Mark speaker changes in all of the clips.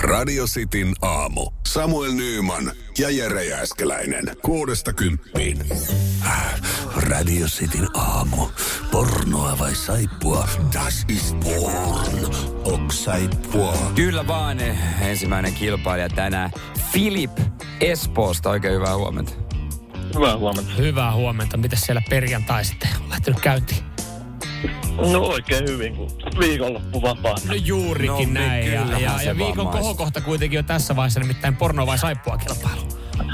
Speaker 1: Radio Cityn aamu. Samuel Nyyman ja Jere Jääskeläinen. Kuudesta kymppiin. Äh,
Speaker 2: Radio Cityn aamu. Pornoa vai saippua? Das ist porn. Ok saippua.
Speaker 3: Kyllä vaan eh, ensimmäinen kilpailija tänään. Filip Espoosta, oikein hyvää huomenta.
Speaker 4: Hyvää huomenta.
Speaker 5: Hyvää huomenta. Miten siellä perjantai sitten on lähtenyt käyntiin?
Speaker 4: No oikein hyvin, kun viikonloppu vapaana.
Speaker 5: No juurikin
Speaker 3: No,
Speaker 5: näin. Ja,
Speaker 3: kyllähän
Speaker 5: ja,
Speaker 3: se
Speaker 5: ja viikon
Speaker 3: vammaista.
Speaker 5: kohokohta kuitenkin on tässä vaiheessa nimittäin porno vai saippua kilpailu.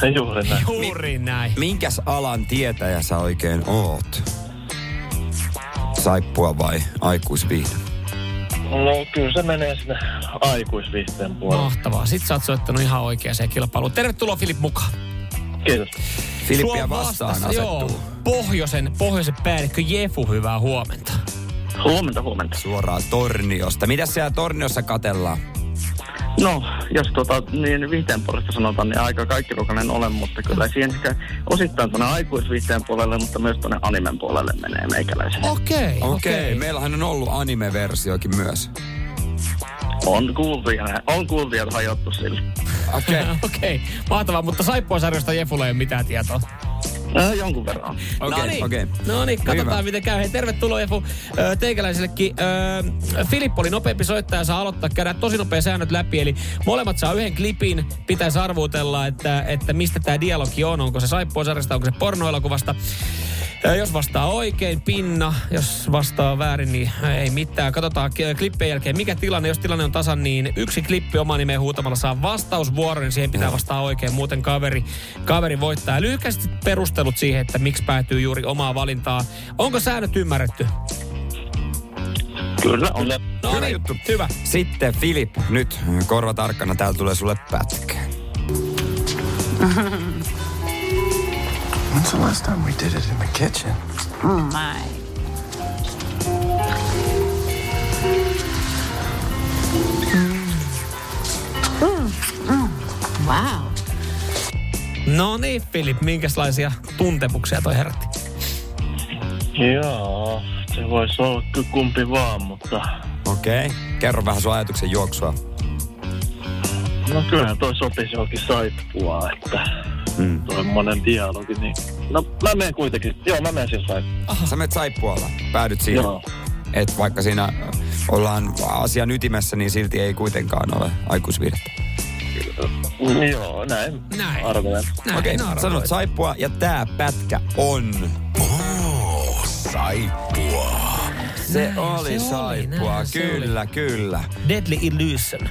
Speaker 4: Se juuri näin.
Speaker 5: Juuri
Speaker 3: Niin.
Speaker 5: näin.
Speaker 3: Minkäs alan tietäjä sä oikein oot? Saippua vai aikuisviihde?
Speaker 4: No kyllä se menee sinne aikuisviihteen puolelle.
Speaker 5: Mahtavaa. Sitten sä oot soittanut ihan oikeaan kilpailuun. Tervetuloa Filip mukaan.
Speaker 6: No.
Speaker 4: Kiitos.
Speaker 3: Filippiä
Speaker 5: Sua
Speaker 3: vastaan
Speaker 5: vastassa,
Speaker 3: asettuu.
Speaker 5: Joo, pohjoisen, pohjoisen päällikkö Jefu, hyvää huomenta.
Speaker 4: Huomenta, huomenta.
Speaker 3: Suoraan Torniosta. Mitä siellä Torniossa katellaan?
Speaker 6: No, jos tota, niin viihteen puolesta sanotaan, niin aika kaikkiruokainen olen, mutta kyllä
Speaker 4: Mm.
Speaker 6: siihen sekä osittain tuonne aikuisviihteen puolelle, mutta myös tuonne animen puolelle menee meikäläisen.
Speaker 5: Okei,
Speaker 3: Okei, okay. meillähän on ollut anime-versiokin myös.
Speaker 6: On kuultuja, on kuultuja että hajottu sille.
Speaker 3: Okei. Okay.
Speaker 5: Okei, mahtavaa, mutta saippuasarjosta Jefulla ei ole mitään tietoa.
Speaker 6: Äh, jonkun verran. on.
Speaker 3: Okei, okei.
Speaker 5: No niin, katsotaan
Speaker 3: Hyvä.
Speaker 5: miten käy. Hei, tervetuloa Efu ö, teikäläisellekin. Ö, Filippo oli nopeampi soittaja, saa aloittaa, käydään tosi nopea säännöt läpi. Eli molemmat saa yhden klipin, pitäisi arvuutella, että, että mistä tämä dialogi on. Onko se saippuasarjasta, onko se pornoelokuvasta. Ö, Jos vastaa oikein, pinna. Jos vastaa väärin, niin ei mitään. Katsotaan k- klippien jälkeen, mikä tilanne. Jos tilanne on tasan, niin yksi klippi oma nimeen huutamalla saa vastausvuoron, niin siihen pitää vastaa oikein. Muuten kaveri, kaveri voittaa. Ja Lyhkäisesti perustelut siihen, että miksi päätyy juuri omaa valintaa. Onko säännöt ymmärretty?
Speaker 6: Kyllä on.
Speaker 5: No niin, hyvä.
Speaker 3: Sitten Filip, nyt korva tarkkana, täällä tulee sulle pätkä.
Speaker 7: When's the last time we did it in the kitchen?
Speaker 8: my. Mm, Wow.
Speaker 5: No niin, Filip, minkälaisia tuntemuksia toi herätti?
Speaker 4: Joo, se voisi olla kyllä kumpi vaan, mutta...
Speaker 3: Okei. Okay. Kerro vähän sun ajatuksen juoksua.
Speaker 4: No kyllähän toi sopisi johonkin saippua, että... Mm. Tuommoinen dialogi, niin... No mä menen kuitenkin. Joo, mä menen siis saippuaan.
Speaker 3: Sä menet saippualla, päädyt siihen.
Speaker 4: Joo.
Speaker 3: Et vaikka siinä ö, ollaan asian ytimessä, niin silti ei kuitenkaan ole aikuisviihdettä.
Speaker 6: Mm.
Speaker 4: Joo, näin.
Speaker 5: Näin.
Speaker 4: Arvelen.
Speaker 3: Okei,
Speaker 5: no,
Speaker 3: okay, sanot saippua ja tää pätkä on...
Speaker 1: Oh, saippua.
Speaker 3: Se
Speaker 5: Näin,
Speaker 3: oli
Speaker 5: se oli,
Speaker 3: saippua,
Speaker 5: näin se
Speaker 3: kyllä, kyllä.
Speaker 5: Deadly Illusion.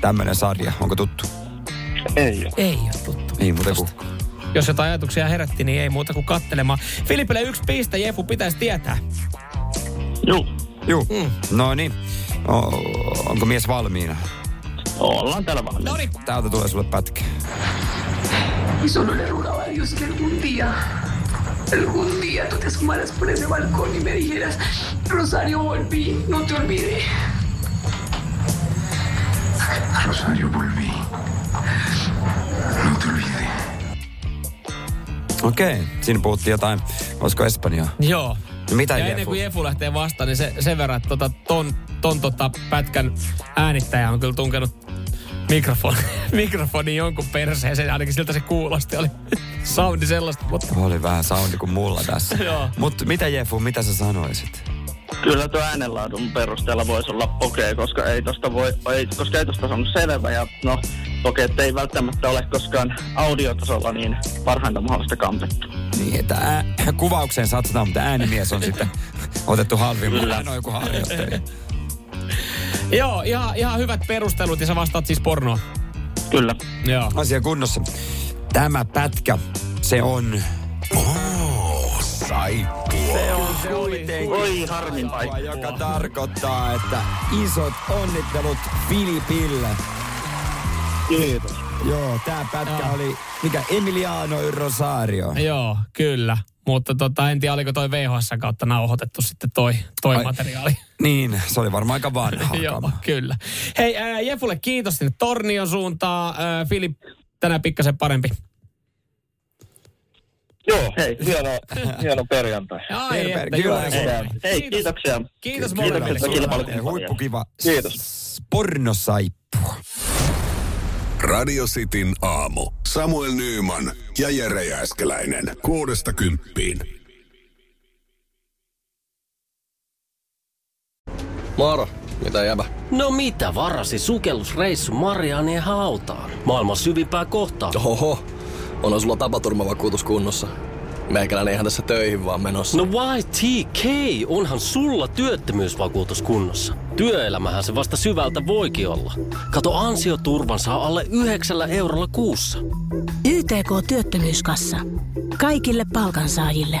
Speaker 3: Tämmönen sarja, onko tuttu?
Speaker 4: Ei oo.
Speaker 5: Ei ole tuttu.
Speaker 3: Ei muuta kuin.
Speaker 5: Jos jotain ajatuksia herätti, niin ei muuta kuin kattelemaan. Filipille yksi piste, Jefu pitäisi tietää.
Speaker 4: Juu.
Speaker 3: Juu, mm. no niin. O- onko mies valmiina?
Speaker 4: Ollaan täällä vaan.
Speaker 5: No niin,
Speaker 3: Täältä tulee sulle pätkä.
Speaker 9: Y solo le rogaba a Dios que algún día, algún día tú te asomaras por ese balcón y me dijeras, Rosario, volví, no te olvidé.
Speaker 7: Rosario, volví. No te olvidé.
Speaker 3: Okei, okay. siinä puhuttiin jotain, olisiko Espanjaa? No
Speaker 5: Joo.
Speaker 3: Mitä
Speaker 5: ja ennen
Speaker 3: Jefu?
Speaker 5: kuin Jefu lähtee vastaan, niin se, sen verran, että tota, ton, ton tota, pätkän äänittäjä on kyllä tunkenut mikrofoni, mikrofoni jonkun perseeseen. Ainakin siltä se kuulosti. Oli soundi sellaista, mutta
Speaker 3: Oli vähän soundi kuin mulla tässä.
Speaker 5: Joo.
Speaker 3: Mutta mitä Jefu, mitä sä sanoisit?
Speaker 5: niin.
Speaker 6: Kyllä tuo äänenlaadun perusteella voisi olla pokee, koska ei tosta, voi, ei, koska ei tosta saanut selvä. Ja no, pokeet ei välttämättä ole koskaan audiotasolla niin parhainta mahdollista kampetta.
Speaker 3: Niin, että ää, kuvaukseen satsataan, mutta äänimies on sitten otettu halvimmalla. Hän on joku harjoittelija.
Speaker 5: Joo, ihan, ihan hyvät perustelut ja sä vastaat siis pornoa.
Speaker 6: Kyllä.
Speaker 5: Joo.
Speaker 3: Asia kunnossa. Tämä pätkä, se on...
Speaker 1: Oh, saippua.
Speaker 3: Se on se kuitenkin
Speaker 6: Oi harmin paikka.
Speaker 3: joka tarkoittaa, että isot onnittelut Filipille.
Speaker 4: Kiitos.
Speaker 3: Joo, tää pätkä
Speaker 5: Joo.
Speaker 3: oli, mikä Emiliano Rosario.
Speaker 5: Joo, kyllä. Mutta tota, en tiedä, oliko toi VHS kautta nauhoitettu sitten toi, toi
Speaker 3: Ai.
Speaker 5: materiaali.
Speaker 3: Niin, se oli varmaan aika vanha.
Speaker 5: Joo, kyllä. Hei, ää, Jefulle kiitos sinne Tornion suuntaan. Ää, Filip, tänään pikkasen parempi.
Speaker 4: Joo, hei, hieno, hieno perjantai.
Speaker 5: Ai,
Speaker 3: Terve,
Speaker 5: että
Speaker 3: kyllä,
Speaker 5: just
Speaker 3: kyllä.
Speaker 5: näin.
Speaker 6: Hei, kiitoksia.
Speaker 5: Kiitos
Speaker 3: Kyllä,
Speaker 5: molemmille.
Speaker 3: se oli
Speaker 6: kilpailukyky.
Speaker 3: Huippukiva.
Speaker 4: Kiitos.
Speaker 3: s- Pornosaippua.
Speaker 1: Radio Cityn aamu. Samuel Nyyman ja Jere Jääskeläinen. Kuudesta kymppiin.
Speaker 10: Moro, mitä jäbä?
Speaker 11: No mitä varasi sukellusreissu Marianien hautaan? Maailman syvimpää kohtaa.
Speaker 10: Oho, on sulla tapaturmavakuutus kunnossa. Meikäläinen ihan tässä töihin vaan menossa.
Speaker 11: No YTK, onhan sulla työttömyysvakuutus kunnossa. Työelämähän se vasta syvältä voikin olla. Kato ansioturvan saa alle 9 eurolla kuussa.
Speaker 12: YTK Työttömyyskassa. Kaikille palkansaajille.